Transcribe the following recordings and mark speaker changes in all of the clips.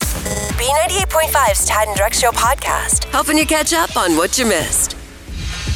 Speaker 1: B98.5's Tad and Drex Show podcast, helping you catch up on what you missed.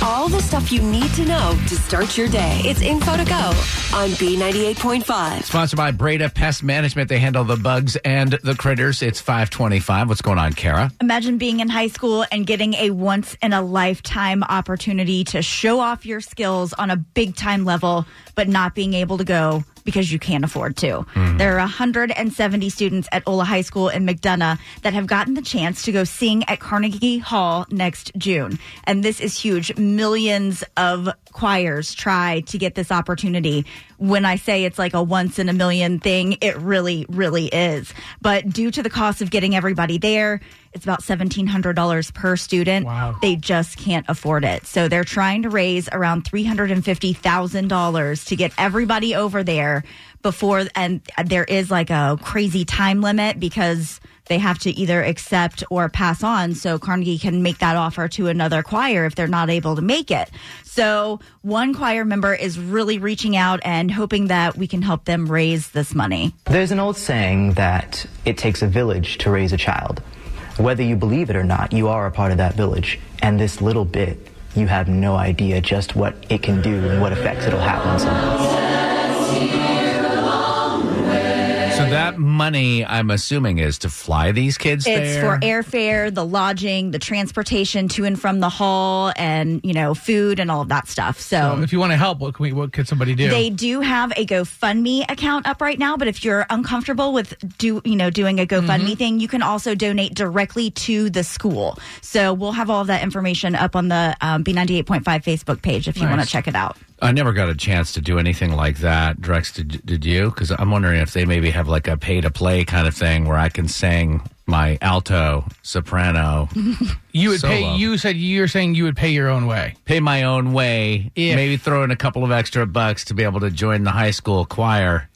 Speaker 1: All the stuff you need to know to start your day. It's Info to Go on B98.5.
Speaker 2: Sponsored by Breda Pest Management. They handle the bugs and the critters. It's 525. What's going on, Kara?
Speaker 3: Imagine being in high school and getting a once in a lifetime opportunity to show off your skills on a big time level, but not being able to go because you can't afford to. There are 170 students at Ola High School in McDonough that have gotten the chance to go sing at Carnegie Hall next June. And this is huge. Millions of choirs try to get this opportunity. When I say it's like a once in a million thing, it really, really is. But due to the cost of getting everybody there, it's about $1,700 per student. They just can't afford it. So they're trying to raise around $350,000 to get everybody over there before, and there is like a crazy time limit because they have to either accept or pass on. So Carnegie can make that offer to another choir if they're not able to make it. So one choir member is really reaching out and hoping that we can help them raise this money.
Speaker 4: There's an old saying that it takes a village to raise a child. Whether you believe it or not, you are a part of that village. And this little bit, you have no idea just what it can do and what effects it'll have on someone.
Speaker 2: So that money, I'm assuming, is to fly these kids
Speaker 3: It's
Speaker 2: there.
Speaker 3: for airfare, the lodging, the transportation to and from the hall, and you know, food and all of that stuff.
Speaker 5: So
Speaker 3: So.
Speaker 5: if you want to help, what can we? What could somebody do?
Speaker 3: They do have a GoFundMe account up right now, but if you're uncomfortable with do you know doing a GoFundMe thing, you can also donate directly to the school. So we'll have all of that information up on the um, B98.5 Facebook page if you want to check it out.
Speaker 2: I never got a chance to do anything like that. Drex, did, did you? Because I'm wondering if they maybe have like a pay to play kind of thing where I can sing my alto, soprano,
Speaker 5: you would
Speaker 2: Solo.
Speaker 5: pay. You said you're saying you would pay your own way.
Speaker 2: pay my own way,
Speaker 5: If-
Speaker 2: maybe throw in a couple of extra bucks to be able to join the high school choir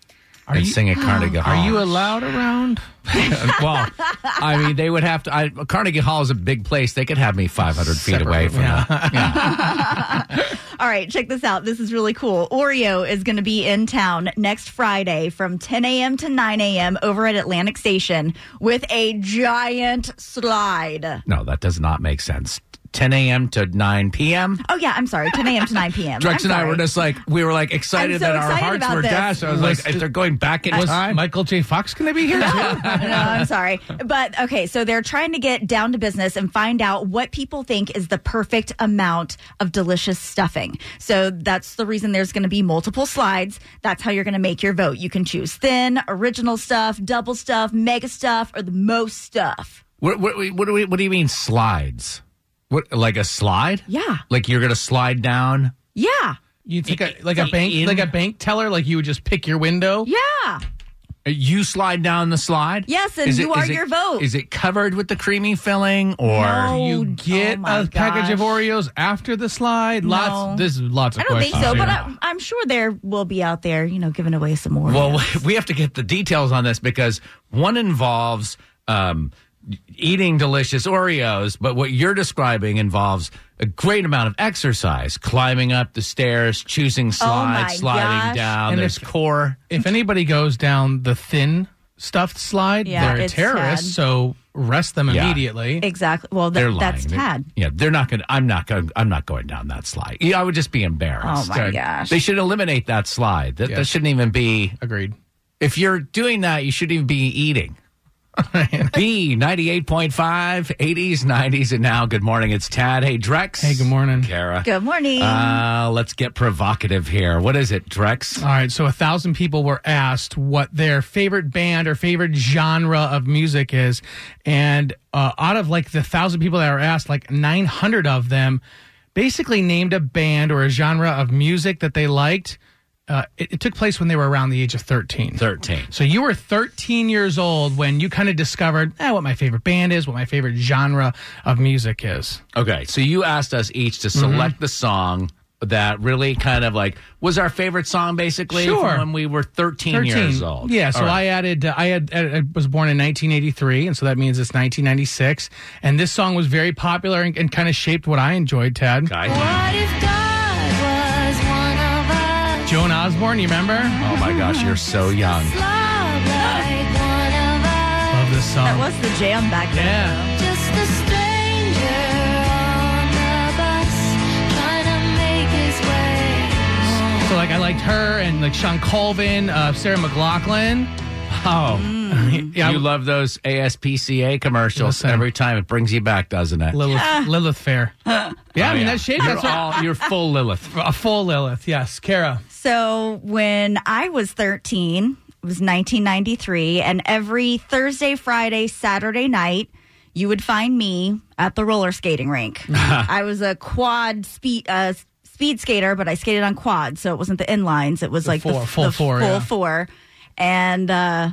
Speaker 5: Are
Speaker 2: and
Speaker 5: you-
Speaker 2: sing at Carnegie Hall.
Speaker 5: Are you allowed around?
Speaker 2: well, I mean, they would have to. I, Carnegie Hall is a big place. They could have me 500 feet away from
Speaker 5: yeah.
Speaker 2: that.
Speaker 3: All right, check this out. This is really cool. Oreo is going to be in town next Friday from 10 a.m. to 9 a.m. over at Atlantic Station with a giant slide.
Speaker 2: No, that does not make sense. 10 a.m. to 9 p.m.
Speaker 3: Oh, yeah, I'm sorry. 10 a.m. to 9 p.m. I'm
Speaker 2: Drex and I
Speaker 3: sorry.
Speaker 2: were just like we were like
Speaker 3: I'm
Speaker 2: excited
Speaker 3: so
Speaker 2: that our
Speaker 3: excited
Speaker 2: hearts
Speaker 3: about
Speaker 2: were
Speaker 3: this.
Speaker 2: dashed. I was
Speaker 5: Was-
Speaker 2: like, if they're going back in
Speaker 5: Was
Speaker 2: time,
Speaker 5: Michael J. Fox going to be here? too?
Speaker 3: no, I'm sorry. But okay, so they're trying to get down to business and find out what people think is the perfect amount of delicious stuffing. So that's the reason there's going to be multiple slides. That's how you're going to make your vote. You can choose thin, original stuff, double stuff, mega stuff, or the most stuff.
Speaker 2: what, what, what, do we, what do you mean slides? What like a slide?
Speaker 3: Yeah.
Speaker 2: like you're gonna slide down.
Speaker 3: Yeah.
Speaker 5: you think a, like a bank,
Speaker 2: In-
Speaker 5: like a bank teller, like you would just pick your window?
Speaker 3: Yeah.
Speaker 2: You slide down the slide.
Speaker 3: Yes, and you are your vote.
Speaker 2: Is it covered with the creamy filling or?
Speaker 3: No. Oh,
Speaker 5: You get
Speaker 3: oh my
Speaker 5: a package of
Speaker 3: gosh.
Speaker 5: Oreos after the slide.
Speaker 3: No.
Speaker 5: Lots. There's lots of
Speaker 3: I don't
Speaker 5: questions.
Speaker 3: think so, but
Speaker 5: here.
Speaker 3: I, I'm sure there will be out there, you know, giving away some more.
Speaker 2: Well, we have to get the details on this because one involves um, eating delicious Oreos, but what you're describing involves a great amount of exercise, climbing up the stairs, choosing slides,
Speaker 3: Oh my
Speaker 2: sliding
Speaker 3: gosh.
Speaker 2: down.
Speaker 5: And
Speaker 2: there's
Speaker 5: if-
Speaker 2: core.
Speaker 5: if anybody goes down the thin stuffed slide,
Speaker 3: Yeah,
Speaker 5: they're
Speaker 3: it's
Speaker 5: terrorists.
Speaker 3: sad.
Speaker 5: So arrest them
Speaker 2: Yeah.
Speaker 5: immediately.
Speaker 3: exactly. Well,
Speaker 2: They're
Speaker 3: that,
Speaker 2: lying.
Speaker 3: that's
Speaker 2: They-
Speaker 3: Tad.
Speaker 2: Yeah, they're not going. to I'm not going. I'm not going down that slide. Yeah, I would just be embarrassed.
Speaker 3: Oh, my gosh.
Speaker 2: They should eliminate that slide. That, that
Speaker 5: Yes.
Speaker 2: shouldn't even be.
Speaker 5: Agreed.
Speaker 2: If you're doing that, you shouldn't even be eating. B 98.5, 80s, 90s, and now. Good morning. It's Tad. Hey, Drex.
Speaker 5: Hey, good morning.
Speaker 2: Kara.
Speaker 3: Good morning.
Speaker 2: Uh, let's get provocative here. What is it, Drex?
Speaker 5: All right, so a thousand people were asked what their favorite band or favorite genre of music is, and uh, out of like the thousand people that were asked, like nine hundred of them basically named a band or a genre of music that they liked. uh, it, it took place when they were around the age of 13.
Speaker 2: 13.
Speaker 5: So you were 13 years old when you kind of discovered eh, what my favorite band is, what my favorite genre of music is.
Speaker 2: Okay, so you asked us each
Speaker 5: Mm-hmm.
Speaker 2: to select the song that really kind of like was our favorite song, basically, from
Speaker 5: Sure.
Speaker 2: when we were 13,
Speaker 5: 13
Speaker 2: years old.
Speaker 5: Yeah, so
Speaker 2: All
Speaker 5: I
Speaker 2: right.
Speaker 5: added. Uh, I had. I I was born in 1983, and so that means it's 1996. And this song was very popular and, and kind of shaped what I enjoyed. Ted,
Speaker 2: Okay.
Speaker 6: What if God was one of us?
Speaker 5: Joan Osborne, you remember?
Speaker 2: Oh my gosh, you're so young.
Speaker 6: Love like one of us.
Speaker 5: Love this song.
Speaker 3: That was the jam back then.
Speaker 5: yeah.
Speaker 6: Just a stranger on the bus trying to make his way.
Speaker 5: So like I liked her and like Sean Colvin, uh, Sarah McLaughlin.
Speaker 2: Oh,
Speaker 5: Yeah,
Speaker 2: you love those ASPCA commercials
Speaker 5: Listen.
Speaker 2: every time. It brings you back, doesn't it?
Speaker 5: Lilith, Lilith Fair. Yeah, I
Speaker 2: Oh,
Speaker 5: mean
Speaker 2: yeah.
Speaker 5: that shape.
Speaker 2: You're
Speaker 5: That's all.
Speaker 2: all, you're full Lilith.
Speaker 5: A full Lilith, yes. Kara,
Speaker 3: So when I was 13, it was 1993, and every Thursday, Friday, Saturday night, you would find me at the roller skating rink. I was a quad speed uh, speed skater, but I skated on quad, so it wasn't the inlines. It was like
Speaker 5: four,
Speaker 3: the,
Speaker 5: full
Speaker 3: the
Speaker 5: four,
Speaker 3: full
Speaker 5: yeah.
Speaker 3: four, and uh,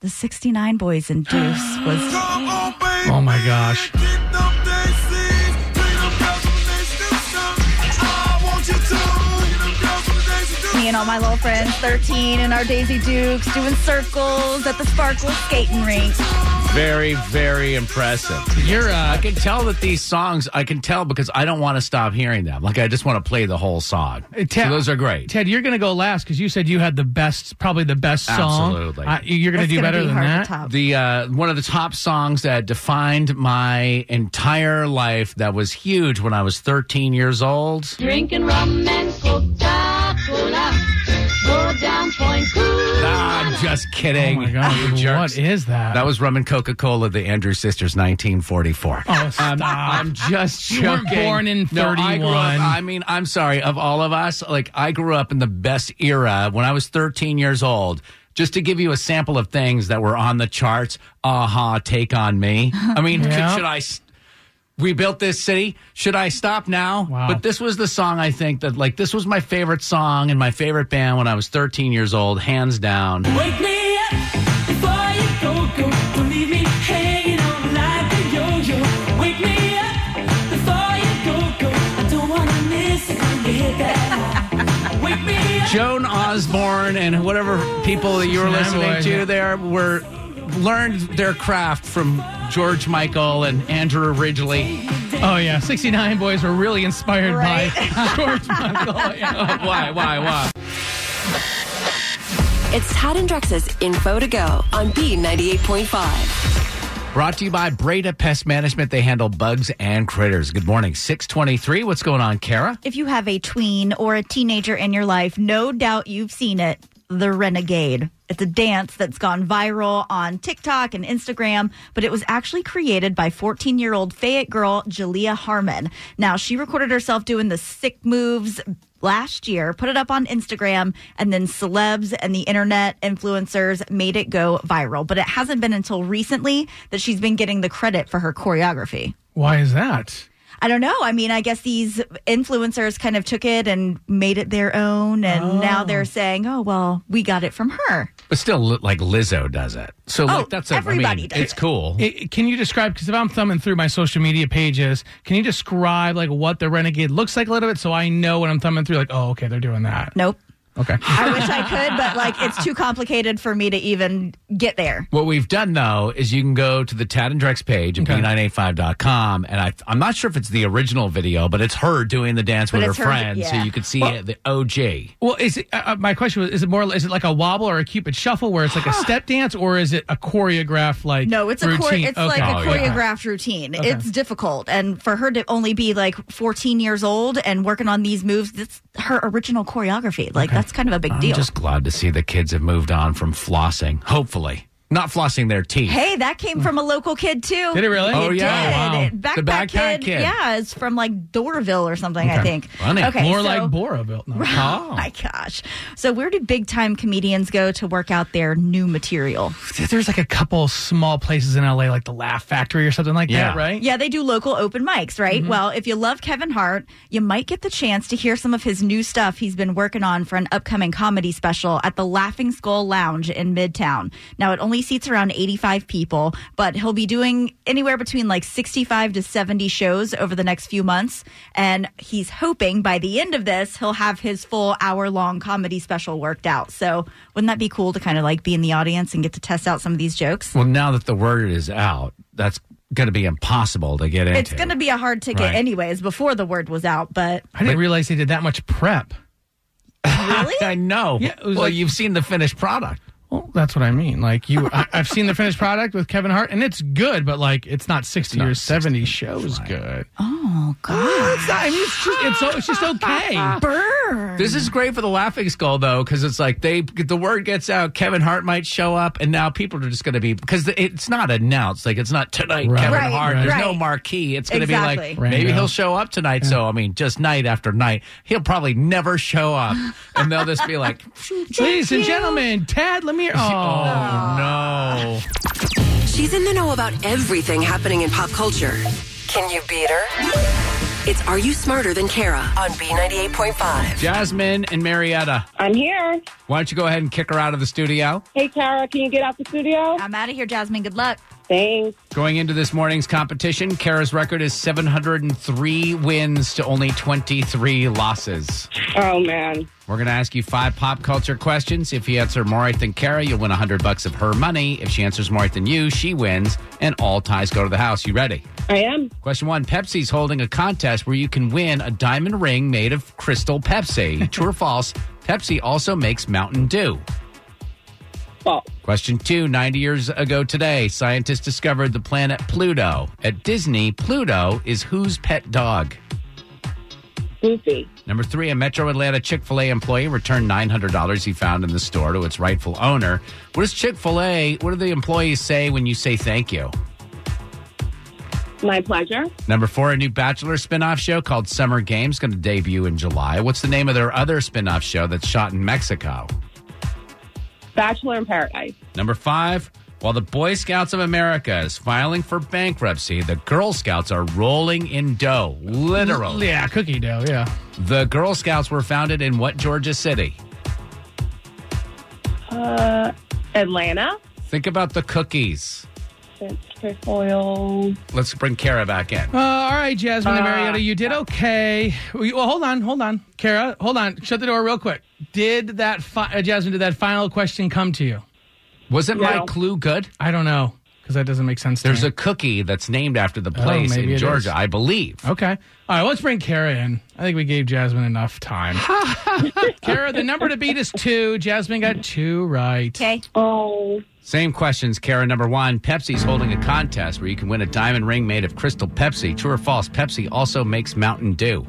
Speaker 3: the 69 boys in Deuce was.
Speaker 5: Oh, my gosh.
Speaker 3: Me and all my little friends, 13, and our Daisy Dukes doing circles at the Sparkle skating rink.
Speaker 2: Very, very impressive.
Speaker 5: you're
Speaker 2: I
Speaker 5: uh,
Speaker 2: can tell that these songs, I can tell because I don't want to stop hearing them. Like, I just want to play the whole song.
Speaker 5: Ted,
Speaker 2: So those are great.
Speaker 5: Ted, you're going to go last because you said you had the best, probably the best song.
Speaker 2: Absolutely.
Speaker 5: Uh, you're going
Speaker 3: That's
Speaker 5: to do
Speaker 3: gonna
Speaker 5: better
Speaker 3: be
Speaker 5: than
Speaker 3: hard to
Speaker 5: that.
Speaker 3: top.
Speaker 2: the uh, one of the top songs that defined my entire life that was huge when I was 13 years old.
Speaker 6: Drinking rum and Coca Cola. Go down Point Cool.
Speaker 2: Ah, just kidding.
Speaker 5: Oh my god!
Speaker 2: You jerks.
Speaker 5: what is that?
Speaker 2: That was Rum and Coca Cola, the Andrews Sisters, 1944.
Speaker 5: oh, stop.
Speaker 2: I'm just
Speaker 5: You weren't
Speaker 2: joking.
Speaker 5: born in
Speaker 2: No, I, grew up-
Speaker 5: 31.
Speaker 2: I mean, I'm sorry. Of all of us, like I grew up in the best era when I was 13 years old. Just to give you a sample of things that were on the charts, aha, take on me. I mean, could-
Speaker 5: Yeah.
Speaker 2: should I? s- We built this city. Should I stop now?
Speaker 5: Wow.
Speaker 2: But this was the song I think that like this was my favorite song and my favorite band when I was 13 years old, hands down.
Speaker 7: Wake me up before you go, go. Don't leave me hanging on like a yo-yo. Wake me up before you go, go. I don't wanna miss it when you hit that line. Wake me up.
Speaker 2: Joan Osborne and whatever people that you were
Speaker 5: Yeah,
Speaker 2: listening
Speaker 5: boy.
Speaker 2: to there were learned their craft from George Michael and Andrew Ridgely.
Speaker 5: oh yeah, '69 boys were really inspired by George Michael. Yeah.
Speaker 2: Why, why, why?
Speaker 1: It's Tad and Drex's info to go on B98.5.
Speaker 2: Brought to you by Breda Pest Management. They handle bugs and critters. Good morning, 623. What's going on, Kara?
Speaker 3: if you have a tween or a teenager in your life, no doubt you've seen it the Renegade. It's a dance that's gone viral on TikTok and Instagram, but it was actually created by 14 year old Fayette girl Jalea Harmon. Now, she recorded herself doing the sick moves last year, put it up on Instagram, and then celebs and the internet influencers made it go viral. But it hasn't been until recently that she's been getting the credit for her choreography.
Speaker 5: Why is that?
Speaker 3: I don't know. I mean, I guess these influencers kind of took it and made it their own, and now they're saying, "Oh, well, we got it from her."
Speaker 2: But still, li- like Lizzo does it. So, like,
Speaker 3: Oh,
Speaker 2: that's a, I mean,
Speaker 3: everybody does
Speaker 2: It's
Speaker 3: it.
Speaker 2: cool.
Speaker 5: It, can you describe? Because if I'm thumbing through my social media pages, can you describe like what the renegade looks like a little bit so I know when I'm thumbing through? Like, oh, okay, they're doing that.
Speaker 3: Nope.
Speaker 5: Okay.
Speaker 3: I wish I could, but like it's too complicated for me to even get there.
Speaker 2: What we've done though is you can go to the Tad and Drex page at
Speaker 5: Okay.
Speaker 2: p985.com, and I, I'm not sure if it's the original video, but it's her doing the dance
Speaker 3: But
Speaker 2: with her
Speaker 3: it's her-
Speaker 2: friends, so
Speaker 3: yeah.
Speaker 2: you could see the OG.
Speaker 5: Well, is it, uh, uh, my question was: Is it more? Is it like a wobble or a cupid shuffle, where it's like a step dance, or is it a choreograph like?
Speaker 3: No, it's a chore-
Speaker 5: routine?
Speaker 3: it's like a
Speaker 2: Oh, yeah.
Speaker 3: choreographed routine. It's difficult, and for her to only be like 14 years old and working on these moves, that's her original choreography. Like that's kind of a big
Speaker 2: I'm
Speaker 3: deal.
Speaker 2: just glad to see the kids have moved on from flossing. Hopefully, not flossing their teeth.
Speaker 3: Hey, that came from a local kid too.
Speaker 5: Did it really?
Speaker 2: Oh,
Speaker 3: It
Speaker 2: yeah.
Speaker 3: did.
Speaker 2: Wow.
Speaker 3: Backpack,
Speaker 2: The backpack
Speaker 3: kid,
Speaker 2: kid.
Speaker 3: Yeah, it's from like Doraville or something, I think.
Speaker 2: Funny.
Speaker 3: Okay,
Speaker 5: More
Speaker 3: so-
Speaker 5: like Boroville. No.
Speaker 3: Oh my gosh. So where do big time comedians go to work out their new material?
Speaker 5: There's like a couple small places in LA, like the Laugh Factory or something like
Speaker 2: Yeah.
Speaker 5: that, right?
Speaker 3: Yeah, they do local open mics, right? Well, if you love Kevin Hart, you might get the chance to hear some of his new stuff he's been working on for an upcoming comedy special at the Laughing Skull Lounge in Midtown. Now, it only seats around 85 people, but he'll be doing anywhere between like 65 to 70 shows over the next few months. And he's hoping by the end of this, he'll have his full hour long comedy special worked out. So, wouldn't that be cool to kind of like be in the audience and get to test out some of these jokes?
Speaker 2: Well, now that the word is out, that's going to be impossible to get into.
Speaker 3: It's going to be a hard ticket,
Speaker 2: Right.
Speaker 3: anyways, before the word was out. But
Speaker 5: I didn't realize they did that much prep.
Speaker 3: really?
Speaker 2: I know.
Speaker 5: Yeah, it was
Speaker 2: well,
Speaker 5: like-
Speaker 2: you've seen the finished product.
Speaker 5: Well, that's what I mean. Like you, I, I've seen the finished product with Kevin Hart, and it's good, but like it's not sixty or seventy shows good.
Speaker 3: oh, God.
Speaker 5: It's not- I mean, it's just it's, o- it's just okay.
Speaker 3: Burn.
Speaker 2: This is great for the Laughing Skull though, because it's like they the word gets out. Kevin Hart might show up, and now people are just going to be because it's not announced. Like it's not tonight,
Speaker 5: Right.
Speaker 2: Kevin
Speaker 3: Right,
Speaker 2: Hart. There's no
Speaker 3: right.
Speaker 2: marquee. It's going to be like
Speaker 3: Exactly.
Speaker 2: maybe
Speaker 5: Rando.
Speaker 2: he'll show up tonight. So I mean, just night after night, he'll probably never show up, and they'll just be like,
Speaker 5: Ladies and gentlemen, Tad Lemire. Oh,
Speaker 2: oh no.
Speaker 1: She's in the know about everything happening in pop culture. Can you beat her? It's Are You Smarter Than Kara on B98.5.
Speaker 2: Jasmine and Marietta,
Speaker 8: I'm here.
Speaker 2: why don't you go ahead and kick her out of the studio?
Speaker 8: Hey, Kara, can you get out the studio?
Speaker 3: I'm out of here, Jasmine. Good luck.
Speaker 8: Thanks.
Speaker 2: Going into this morning's competition, Kara's record is 703 wins to only 23 losses.
Speaker 8: Oh, man.
Speaker 2: We're going to ask you five pop culture questions. If you answer more right than Kara, you'll win 100 bucks of her money. If she answers more right than you, she wins, and all ties go to the house. You ready?
Speaker 8: I am.
Speaker 2: Question one Pepsi's holding a contest where you can win a diamond ring made of crystal Pepsi. True or false? Pepsi also makes Mountain Dew.
Speaker 8: Well,
Speaker 2: Question two 90 years ago today, scientists discovered the planet Pluto. At Disney, Pluto is whose pet dog?
Speaker 8: Goofy.
Speaker 2: Number three, a Metro Atlanta Chick fil A employee returned $900 he found in the store to its rightful owner. What does Chick fil A, what do the employees say when you say thank you?
Speaker 8: My pleasure.
Speaker 2: Number four, a new Bachelor spinoff show called Summer Games going to debut in July. What's the name of their other spinoff show that's shot in Mexico?
Speaker 8: Bachelor in Paradise.
Speaker 2: Number five, while the Boy Scouts of America is filing for bankruptcy, the Girl Scouts are rolling in dough. Literally.
Speaker 5: yeah, cookie dough. Yeah,
Speaker 2: The Girl Scouts were founded in what Georgia city?
Speaker 8: Uh, Atlanta.
Speaker 2: Think about the cookies.
Speaker 8: Oil.
Speaker 2: Let's bring Kara back in.
Speaker 5: Uh, all right, Jasmine and Marietta, you did okay. We- Well, hold on, hold on, Kara, hold on. Shut the door real quick. Did that fi- uh, Jasmine? Did that final question come to you?
Speaker 2: Wasn't my
Speaker 8: No.
Speaker 2: clue good?
Speaker 5: I don't know because that doesn't make sense. To
Speaker 2: There's
Speaker 5: me.
Speaker 2: a cookie that's named after the place
Speaker 5: Oh, maybe
Speaker 2: in
Speaker 5: it
Speaker 2: Georgia,
Speaker 5: is.
Speaker 2: I believe.
Speaker 5: Okay. All right, let's bring Kara in. I think we gave Jasmine enough time. Kara, the number to beat is two. Jasmine got two right.
Speaker 3: Okay.
Speaker 8: Oh.
Speaker 2: Same questions, Kara. Number one, Pepsi's holding a contest where you can win a diamond ring made of crystal Pepsi. True or false? Pepsi also makes Mountain Dew.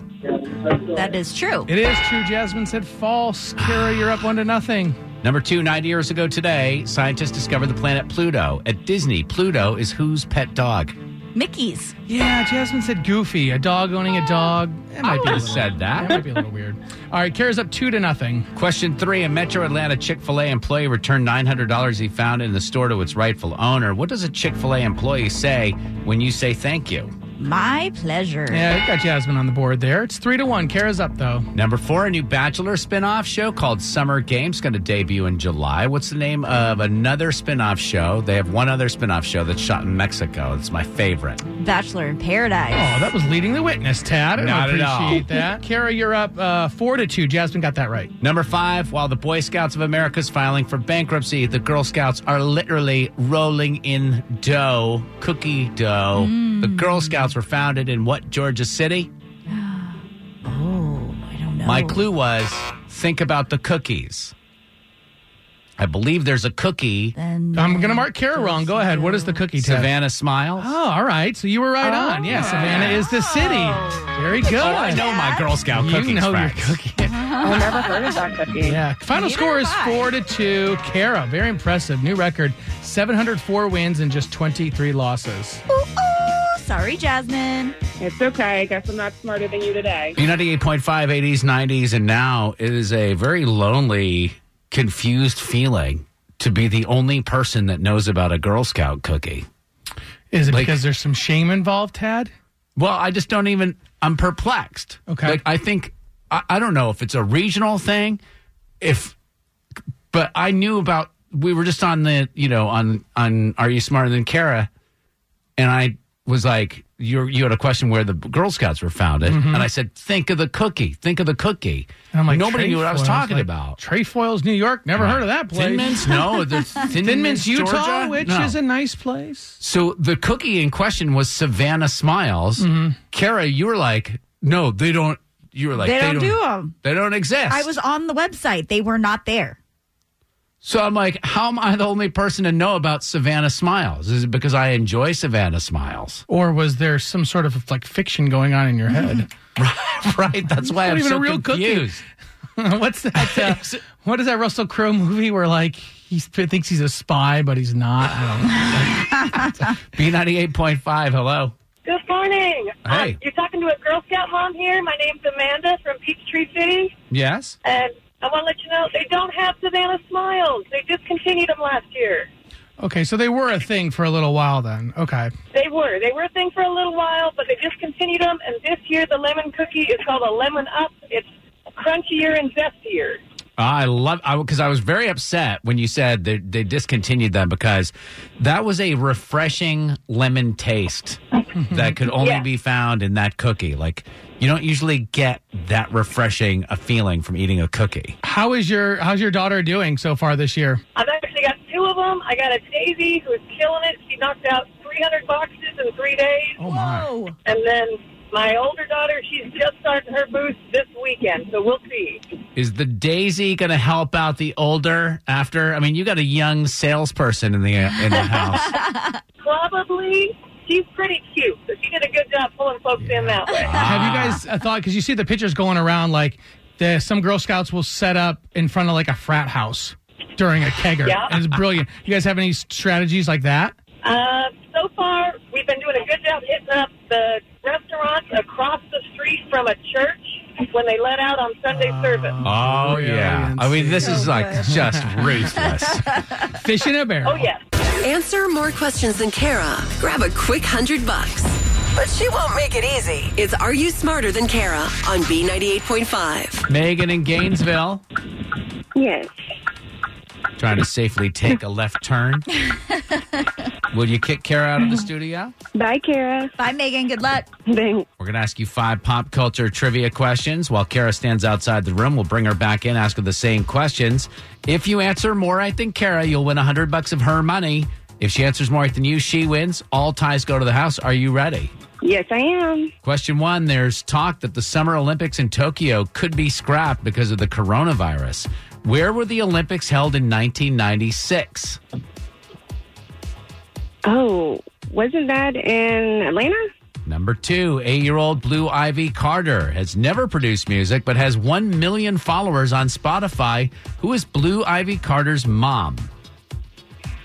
Speaker 3: That is true.
Speaker 5: It is true. Jasmine said false. Kara, you're up one to nothing.
Speaker 2: Number two, 90 years ago today, scientists discovered the planet Pluto. At Disney, Pluto is whose pet dog?
Speaker 3: Mickey's.
Speaker 5: Yeah, Jasmine said goofy. A dog owning a dog. That
Speaker 2: I
Speaker 5: might be a
Speaker 2: would've
Speaker 5: little-
Speaker 2: said that.
Speaker 5: That might be a little weird. All right, Kara's up two to nothing.
Speaker 2: Question three, a Metro Atlanta Chick fil A employee returned $900 he found in the store to its rightful owner. What does a Chick fil A employee say when you say thank you?
Speaker 3: My pleasure.
Speaker 5: Yeah, it got Jasmine on the board there. It's three to one. Kara's up though. Oh,
Speaker 2: Number four, a new Bachelor spinoff show called Summer Games going to debut in July. What's the name of another spinoff show? They have one other spinoff show that's shot in Mexico. It's my favorite.
Speaker 3: Bachelor in Paradise.
Speaker 5: Oh, that was leading the witness, Tad. I
Speaker 2: Not
Speaker 5: don't
Speaker 2: at all.
Speaker 5: appreciate that. Kara, you're up uh, four to two. Jasmine got that right.
Speaker 2: Number five, while the Boy Scouts of America is filing for bankruptcy, the Girl Scouts are literally rolling in dough, cookie dough. The Girl Scouts were founded in what Georgia city?
Speaker 3: Oh, I don't know.
Speaker 2: My clue was think about the cookies. I believe there's a cookie.
Speaker 3: And
Speaker 5: I'm going to mark Kara wrong. Go ahead. What is the cookie test?
Speaker 2: Savannah smiles.
Speaker 5: Oh, all right. So you were right on. Yeah, Savannah is the city. Very good.
Speaker 2: Oh, I know my Girl Scout
Speaker 5: You
Speaker 2: cookies.
Speaker 5: know your
Speaker 2: friends.
Speaker 5: cookie.
Speaker 8: I never heard of that cookie.
Speaker 5: Yeah. Final
Speaker 3: Neither
Speaker 5: score
Speaker 3: have
Speaker 5: is
Speaker 3: I.
Speaker 5: four to two. Kara, very impressive. New record: seven hundred four wins and just twenty three losses.
Speaker 3: Ooh, ooh. Sorry, Jasmine.
Speaker 8: It's okay. I guess I'm not smarter than you today.
Speaker 2: United 8.5, 80s, 90s, and now it is a very lonely, confused feeling to be the only person that knows about a Girl Scout cookie.
Speaker 5: Is it
Speaker 2: Like-
Speaker 5: because there's some shame involved, Tad?
Speaker 2: Well, I just don't even, I'm perplexed.
Speaker 5: Okay.
Speaker 2: Like, I think, I, I don't know if it's a regional thing, if, but I knew about, we were just on the, you know, on, on Are You Smarter Than Kara? And I was like, you you had a question where the Girl Scouts were founded. And I said, think of the cookie, think of the cookie.
Speaker 5: Mm-hmm. And I'm like,
Speaker 2: nobody knew what I was
Speaker 5: Trefoils,
Speaker 2: talking
Speaker 5: like,
Speaker 2: about.
Speaker 5: Trefoils, New York. Never heard of that place.
Speaker 2: Thin Mints? No. there's Thin,
Speaker 5: Thin Mints, Utah,
Speaker 2: Georgia?
Speaker 5: which
Speaker 2: No.
Speaker 5: is a nice place.
Speaker 2: So the cookie in question was Savannah Smiles. Kara, you were like, no, they don't. You were like,
Speaker 3: Mm-hmm. They don't do 'em.
Speaker 2: They don't exist.
Speaker 3: I was on the website. They were not there.
Speaker 2: so I'm like, how am I the only person to know about Savannah Smiles? Is it because I enjoy Savannah Smiles?
Speaker 5: Or was there some sort of like fiction going on in your head?
Speaker 2: right. That's why
Speaker 5: not
Speaker 2: I'm
Speaker 5: even
Speaker 2: so
Speaker 5: a real cookie.
Speaker 2: confused.
Speaker 5: What's that? Uh, what is that Russell Crowe movie where like he sp- thinks he's a spy but he's not? I don't know.
Speaker 2: B98.5. Hello.
Speaker 8: Good morning.
Speaker 2: Hey.
Speaker 8: Um, you're talking to a Girl Scout mom here. My name's Amanda from Peachtree City,
Speaker 2: Yes.
Speaker 8: and I want to let you know they don't have Savannah Smiles. They discontinued them last year.
Speaker 5: Okay, so they were a thing for a little while then. Okay.
Speaker 8: They were. They were a thing for a little while, but they discontinued them. And this year, the lemon cookie is called a lemon up. It's crunchier and zestier.
Speaker 2: I love I because I was very upset when you said they, they discontinued them because that was a refreshing lemon taste that could only
Speaker 8: Yeah.
Speaker 2: be found in that cookie. Like you don't usually get that refreshing a feeling from eating a cookie.
Speaker 5: How is your how's your daughter doing so far this year?
Speaker 8: I've actually got two of them. I got a Daisy who's killing it. She knocked out 300 boxes in three days.
Speaker 5: Oh my.
Speaker 3: Whoa.
Speaker 8: And then my older daughter, she's just starting her booth this weekend, so we'll see.
Speaker 2: Is the daisy going to help out the older after? I mean, you got a young salesperson in the in the house.
Speaker 8: Probably. She's pretty cute, so she did a good job pulling folks in that way.
Speaker 5: Have you guys uh, thought cuz you see the pictures going around like the, some girl scouts will set up in front of like a frat house during a kegger.
Speaker 8: Yeah.
Speaker 5: And it's brilliant. You guys have any s- strategies like that?
Speaker 8: Uh, so far, we've been doing a good job hitting up the restaurants across the street from a church when they let out on Sunday service.
Speaker 2: Oh yeah, I mean this is like just ruthless.
Speaker 5: Fish in a barrel.
Speaker 8: Oh, yes.
Speaker 1: Answer more questions than Kara. Grab a quick hundred bucks. But she won't make it easy. It's Are You Smarter Than Kara on B98.5.
Speaker 2: Megan in Gainesville.
Speaker 8: Yes.
Speaker 2: trying to safely take a left turn. Will you kick Kara out of the studio?
Speaker 8: Bye, Kara.
Speaker 3: Bye, Megan. Good luck.
Speaker 8: Thanks.
Speaker 2: We're going to ask you five pop culture trivia questions. While Kara stands outside the room, we'll bring her back in, ask her the same questions. If you answer more right than Kara, you'll win 100 bucks of her money. If she answers more right than you, she wins. All ties go to the house. Are you ready?
Speaker 8: Yes, I am.
Speaker 2: Question one There's talk that the Summer Olympics in Tokyo could be scrapped because of the coronavirus. Where were the Olympics held in 1996?
Speaker 8: Oh, wasn't that in Atlanta?
Speaker 2: Number two, eight year old Blue Ivy Carter has never produced music but has 1 million followers on Spotify. Who is Blue Ivy Carter's mom?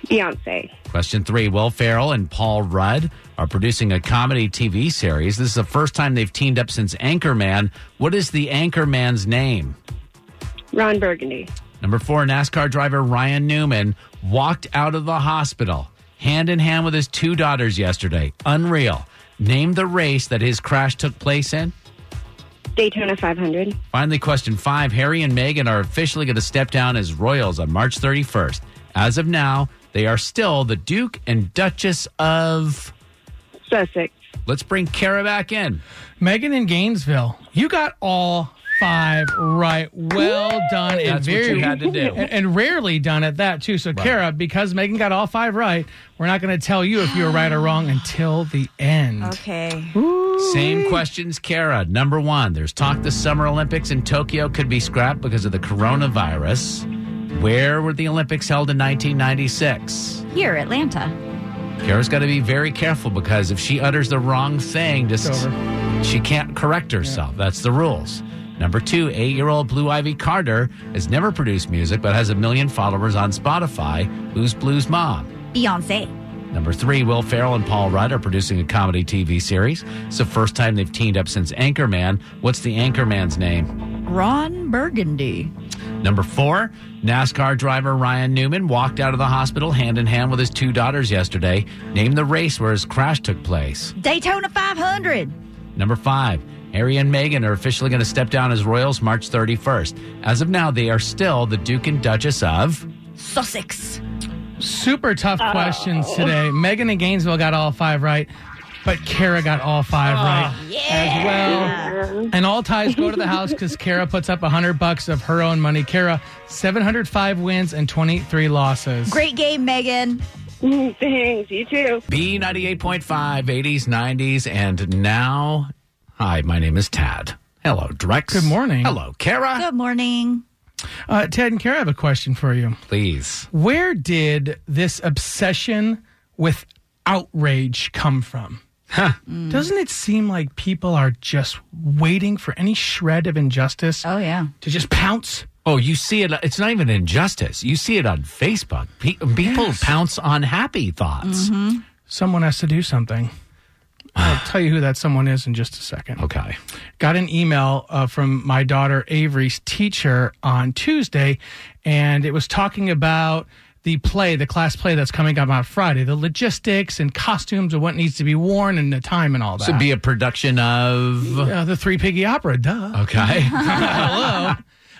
Speaker 8: Beyonce.
Speaker 2: Question three Will Farrell and Paul Rudd are producing a comedy TV series. This is the first time they've teamed up since Anchorman. What is the Anchorman's name?
Speaker 8: Ron Burgundy.
Speaker 2: Number four, NASCAR driver Ryan Newman walked out of the hospital hand in hand with his two daughters yesterday. Unreal. Name the race that his crash took place in.
Speaker 8: Daytona 500.
Speaker 2: Finally, question five Harry and Meghan are officially going to step down as royals on March 31st. As of now, they are still the Duke and Duchess of.
Speaker 8: Sussex.
Speaker 2: Let's bring Kara back in.
Speaker 5: Megan in Gainesville, you got all five right. Well done.
Speaker 2: That's what you had to do.
Speaker 5: And, and rarely done at that, too. So, Kara, because Megan got all five right, we're not going to tell you if you were right or wrong until the end.
Speaker 3: Okay.
Speaker 2: Same questions, Kara. Number one, there's talk the Summer Olympics in Tokyo could be scrapped because of the coronavirus. Where were the Olympics held in 1996?
Speaker 3: Here, Atlanta.
Speaker 2: Kara's got to be very careful because if she utters the wrong thing, just
Speaker 5: It's
Speaker 2: she can't correct herself. That's the rules. Number two, eight year old Blue Ivy Carter has never produced music but has a million followers on Spotify. Who's Blue's mom?
Speaker 3: Beyonce.
Speaker 2: Number three, Will Ferrell and Paul Rudd are producing a comedy TV series. It's the first time they've teamed up since Anchorman. What's the Anchorman's name?
Speaker 3: Ron Burgundy.
Speaker 2: Number four, NASCAR driver Ryan Newman walked out of the hospital hand in hand with his two daughters yesterday. Name the race where his crash took place.
Speaker 3: Daytona 500.
Speaker 2: Number five, Harry and Meghan are officially going to step down as royals March 31st. As of now, they are still the Duke and Duchess of.
Speaker 3: Sussex.
Speaker 5: Super tough
Speaker 3: Oh.
Speaker 5: questions today. Megan and Gainesville got all five right, but Kara got all five
Speaker 3: Oh,
Speaker 5: right as well. And all ties go to the house because Kara puts up 100 bucks of her own money. Kara, 705 wins and 23 losses.
Speaker 3: Great game, Megan.
Speaker 8: Thanks. You too.
Speaker 2: B98.5, 80s, 90s, and now. Hi, my name is Tad. Hello, Drex.
Speaker 5: Good morning.
Speaker 2: Hello, Kara.
Speaker 3: Good morning.
Speaker 5: Uh, Ted and Kara, I have a question for you.
Speaker 2: Please.
Speaker 5: Where did this obsession with outrage come from?
Speaker 3: Mm.
Speaker 5: Doesn't it seem like people are just waiting for any shred of injustice
Speaker 3: Oh, yeah.
Speaker 5: to just pounce?
Speaker 2: Oh, you see it. It's not even injustice. You see it on Facebook. Pe- people pounce on happy thoughts.
Speaker 5: Someone has to do something. I'll tell you who that someone is in just a second.
Speaker 2: Okay.
Speaker 5: got an email uh, from my daughter Avery's teacher on Tuesday, and it was talking about the play, the class play that's coming up on Friday, the logistics and costumes and what needs to be worn and the time and all that.
Speaker 2: So be a production of.
Speaker 5: uh, the Three Piggy Opera, duh.
Speaker 2: Okay.
Speaker 5: Hello.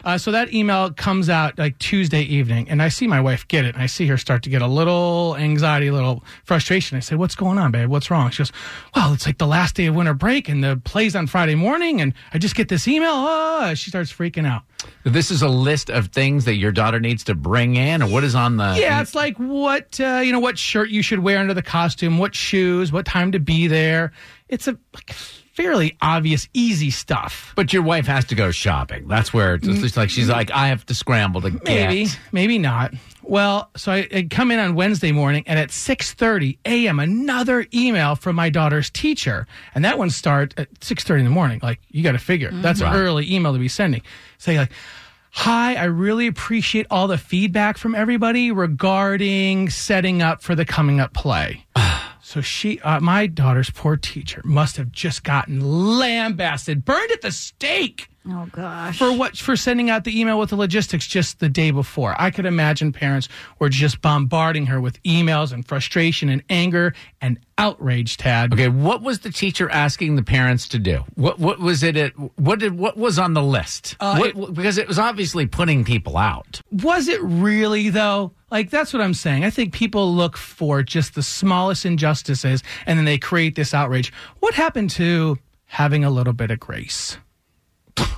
Speaker 5: Uh, so that email comes out like Tuesday evening, and I see my wife get it. And I see her start to get a little anxiety, a little frustration. I say, "What's going on, babe? What's wrong?" She goes, "Well, it's like the last day of winter break, and the play's on Friday morning, and I just get this email." Oh, she starts freaking out.
Speaker 2: this is a list of things that your daughter needs to bring in, or what is on the.
Speaker 5: Yeah, it's like what uh, you know, what shirt you should wear under the costume, what shoes, what time to be there. It's a like, fairly obvious, easy stuff.
Speaker 2: But your wife has to go shopping. That's where it's, it's like she's like, I have to scramble to
Speaker 5: Maybe,
Speaker 2: get.
Speaker 5: maybe not. Well, so I I'd come in on Wednesday morning, and at six thirty a.m., another email from my daughter's teacher, and that one starts at six thirty in the morning. Like you got to figure that's an early email to be sending. Say like, "Hi, I really appreciate all the feedback from everybody regarding setting up for the coming up play." So she, uh, my daughter's poor teacher, must have just gotten lambasted, burned at the stake
Speaker 3: Oh, gosh.
Speaker 5: for what for sending out the email with the logistics just the day before. I could imagine parents were just bombarding her with emails and frustration and anger and outrage. Tad,
Speaker 2: Okay, what was the teacher asking the parents to do? What what was it? At, what did what was on the list? What- what- because it was obviously putting people out.
Speaker 5: was it really though? Like that's what I'm saying. I think people look for just the smallest injustices and then they create this outrage. What happened to having a little bit of grace?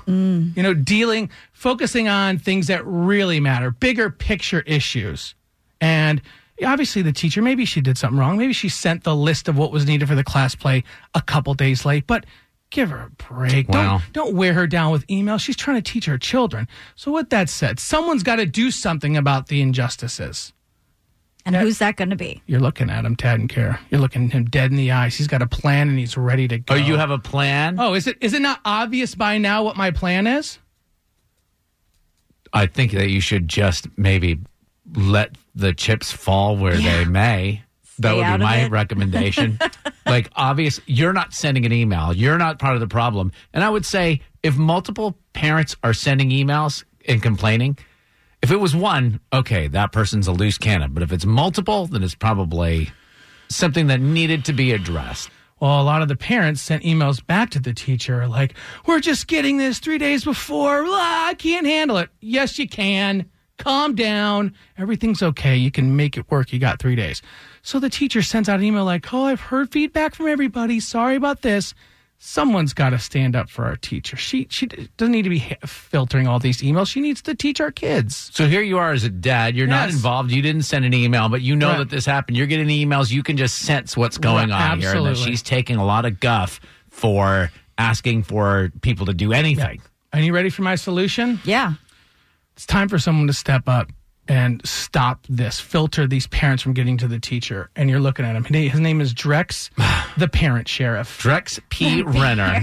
Speaker 5: You know, dealing, focusing on things that really matter, bigger picture issues. And obviously, the teacher, maybe she did something wrong. Maybe she sent the list of what was needed for the class play a couple days late, but give her a break.
Speaker 2: Wow.
Speaker 5: Don't, don't wear her down with email. She's trying to teach her children. So, with that said, someone's got to do something about the injustices.
Speaker 3: and who's that going to be?
Speaker 5: You're looking at him, Tad and Care. You're looking him dead in the eyes. He's got a plan and he's ready to go.
Speaker 2: Oh, you have a plan?
Speaker 5: Oh, is it is it not obvious by now what my plan is?
Speaker 2: I think that you should just maybe let the chips fall where they may. That
Speaker 3: Stay
Speaker 2: would
Speaker 3: out
Speaker 2: be
Speaker 3: of
Speaker 2: my
Speaker 3: it.
Speaker 2: recommendation. like obvious, you're not sending an email. You're not part of the problem. And I would say if multiple parents are sending emails and complaining, if it was one, okay, that person's a loose cannon. But if it's multiple, then it's probably something that needed to be addressed.
Speaker 5: Well, a lot of the parents sent emails back to the teacher like, We're just getting this three days before. Blah, I can't handle it. Yes, you can. Calm down. Everything's okay. You can make it work. You got three days. So the teacher sends out an email like, Oh, I've heard feedback from everybody. Sorry about this. Someone's got to stand up for our teacher. She she doesn't need to be ha- filtering all these emails. She needs to teach our kids.
Speaker 2: So here you are as a dad. You're not
Speaker 5: Yes.
Speaker 2: involved. You didn't send an email, but you know
Speaker 5: Right.
Speaker 2: that this happened. You're getting emails. You can just sense what's going
Speaker 5: Right,
Speaker 2: on here. And that
Speaker 5: absolutely.
Speaker 2: she's taking a lot of guff for asking for people to do anything.
Speaker 5: Are you ready for my solution?
Speaker 3: Yeah.
Speaker 5: it's time for someone to step up and stop this, filter these parents from getting to the teacher. And you're looking at him. His name is Drex. The parent sheriff.
Speaker 2: Drex P. Renner,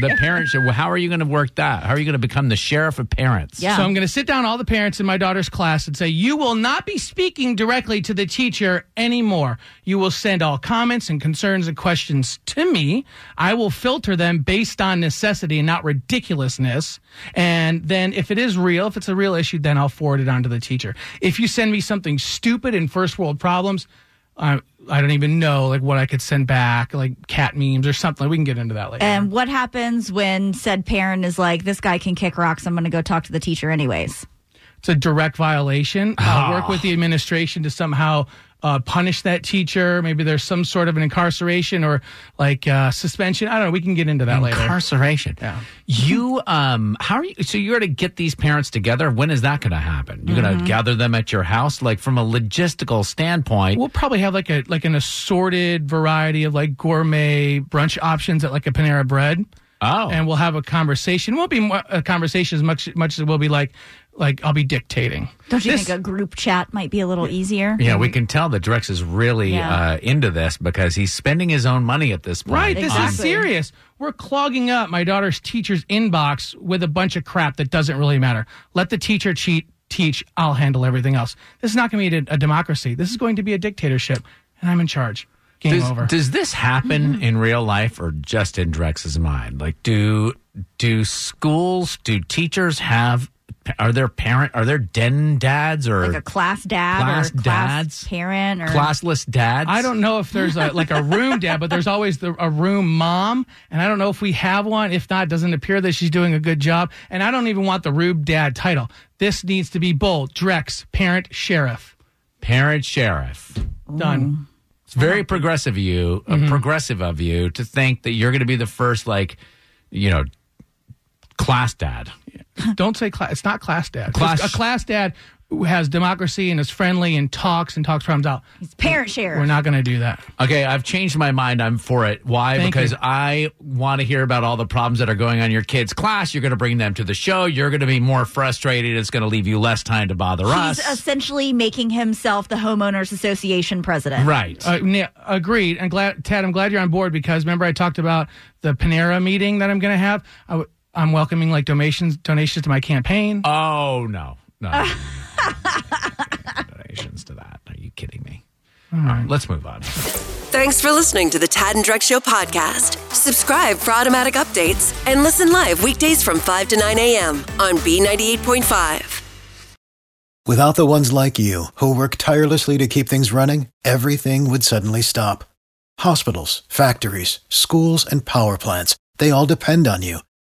Speaker 2: the parent. sheriff. Well, how are you going to work that? How are you going to become the sheriff of parents?
Speaker 3: Yeah.
Speaker 5: So I'm going to sit down all the parents in my daughter's class and say, you will not be speaking directly to the teacher anymore. You will send all comments and concerns and questions to me. I will filter them based on necessity and not ridiculousness. And then if it is real, if it's a real issue, then I'll forward it on to the teacher. If you send me something stupid and first world problems, I, I don't even know like what I could send back, like cat memes or something. We can get into that later.
Speaker 3: And what happens when said parent is like, this guy can kick rocks. I'm going to go talk to the teacher anyways.
Speaker 5: it's a direct violation. Uh, work with the administration to somehow uh, punish that teacher. Maybe there's some sort of an incarceration or like uh, suspension. I don't know. We can get into that later.
Speaker 2: Incarceration.
Speaker 5: Yeah.
Speaker 2: You um how are you so you're to get these parents together? When is that gonna happen? You're
Speaker 5: Mm-hmm.
Speaker 2: gonna gather them at your house? Like from a logistical standpoint.
Speaker 5: We'll probably have like a like an assorted variety of like gourmet brunch options at like a Panera Bread.
Speaker 2: oh.
Speaker 5: and we'll have a conversation. Won't be mo- a conversation as much much as it will be like like I'll be dictating.
Speaker 3: Don't you
Speaker 5: This-
Speaker 3: think a group chat might be a little easier?
Speaker 2: yeah, we can tell that Drex is really
Speaker 3: Yeah.
Speaker 2: uh, into this because he's spending his own money at this point. Um,
Speaker 5: Right, this
Speaker 2: on-
Speaker 5: is serious. We're clogging up my daughter's teacher's inbox with a bunch of crap that doesn't really matter. Let the teacher cheat, teach. I'll handle everything else. This is not going to be a, a democracy. This is going to be a dictatorship, and I'm in charge. Game
Speaker 2: does,
Speaker 5: over.
Speaker 2: does this happen
Speaker 3: Mm-hmm.
Speaker 2: in real life or just in Drex's mind? Like, do do schools, do teachers have? Are there parent? Are there den dads or
Speaker 3: Like a class dad
Speaker 2: Class
Speaker 3: or class
Speaker 2: dads?
Speaker 3: parent or
Speaker 2: classless dads?
Speaker 5: I don't know if there's a, like a room dad, but there's always the, a room mom, and I don't know if we have one. If not, it doesn't appear that she's doing a good job, and I don't even want the rube dad title. This needs to be bold. Drex, parent sheriff,
Speaker 2: Parent sheriff.
Speaker 5: done. Mm-hmm.
Speaker 2: It's very progressive of you, uh, progressive of you to think that you're going to be the first, like, you know, class dad.
Speaker 5: Don't say class. It's not class dad.
Speaker 2: Class-
Speaker 5: a class dad who has democracy and is friendly and talks and talks problems out.
Speaker 3: parent share.
Speaker 5: We're not going to do that.
Speaker 2: Okay, I've changed my mind. I'm for it. Why?
Speaker 5: Thank
Speaker 2: because
Speaker 5: you.
Speaker 2: I want to hear about all the problems that are going on in your kids' class. You're going to bring them to the show. You're going to be more frustrated. It's going to leave you less time to bother
Speaker 3: He's
Speaker 2: us.
Speaker 3: essentially making himself the homeowners association president.
Speaker 2: right.
Speaker 5: Uh, yeah, agreed. And glad, Tad, I'm glad you're on board because remember I talked about the Panera meeting that I'm going to have. I w- I'm welcoming like donations donations to my campaign.
Speaker 2: oh no, no. Donations to that? Are you kidding me? All right, let's move on.
Speaker 1: Thanks for listening to the Tad and Drex Show podcast. Subscribe for automatic updates and listen live weekdays from 5 to 9 a.m. on B98.5.
Speaker 9: Without the ones like you, who work tirelessly to keep things running, everything would suddenly stop. Hospitals, factories, schools, and power plants, they all depend on you.